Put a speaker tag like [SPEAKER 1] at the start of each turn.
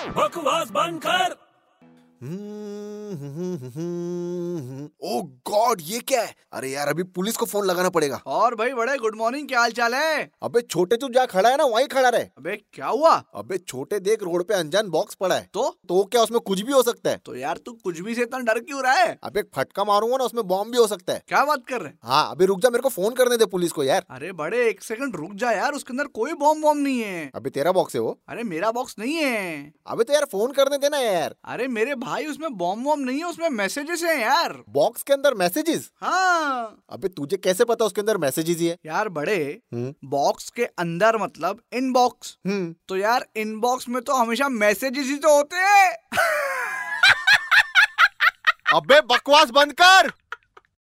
[SPEAKER 1] आवाज बंद कर
[SPEAKER 2] ओ गॉड Oh ये क्या है अरे यार अभी पुलिस को फोन लगाना पड़ेगा
[SPEAKER 3] और भाई बड़े गुड मॉर्निंग क्या हाल चाल है
[SPEAKER 2] अबे छोटे तू जहाँ खड़ा है ना वहीं खड़ा रहे
[SPEAKER 3] अबे क्या हुआ
[SPEAKER 2] अबे छोटे देख रोड पे अनजान बॉक्स पड़ा है
[SPEAKER 3] तो
[SPEAKER 2] तो क्या उसमें कुछ भी हो सकता है
[SPEAKER 3] तो यार तू कुछ भी से इतना डर क्यों रहा है
[SPEAKER 2] अबे एक फटका मारूंगा ना उसमें बॉम्ब भी हो सकता है
[SPEAKER 3] क्या बात कर रहे हैं
[SPEAKER 2] हाँ अभी रुक जा मेरे को फोन करने दे पुलिस को यार
[SPEAKER 3] अरे बड़े एक सेकंड रुक जा यार उसके अंदर कोई बॉम्ब बॉम्ब नहीं है
[SPEAKER 2] अबे तेरा बॉक्स है वो
[SPEAKER 3] अरे मेरा बॉक्स नहीं है
[SPEAKER 2] अबे तो यार फोन करने देना यार
[SPEAKER 3] अरे मेरे भाई उसमें बॉम्ब वॉम्ब नहीं है उसमें मैसेजेस हैं यार
[SPEAKER 2] बॉक्स के अंदर मैसेजेस
[SPEAKER 3] हाँ
[SPEAKER 2] अबे तुझे कैसे पता उसके अंदर मैसेजेस ही है
[SPEAKER 3] यार बड़े
[SPEAKER 2] हम्म
[SPEAKER 3] बॉक्स के अंदर मतलब इनबॉक्स
[SPEAKER 2] हम्म
[SPEAKER 3] तो यार इनबॉक्स में तो हमेशा मैसेजेस ही तो होते हैं
[SPEAKER 2] अबे बकवास बंद कर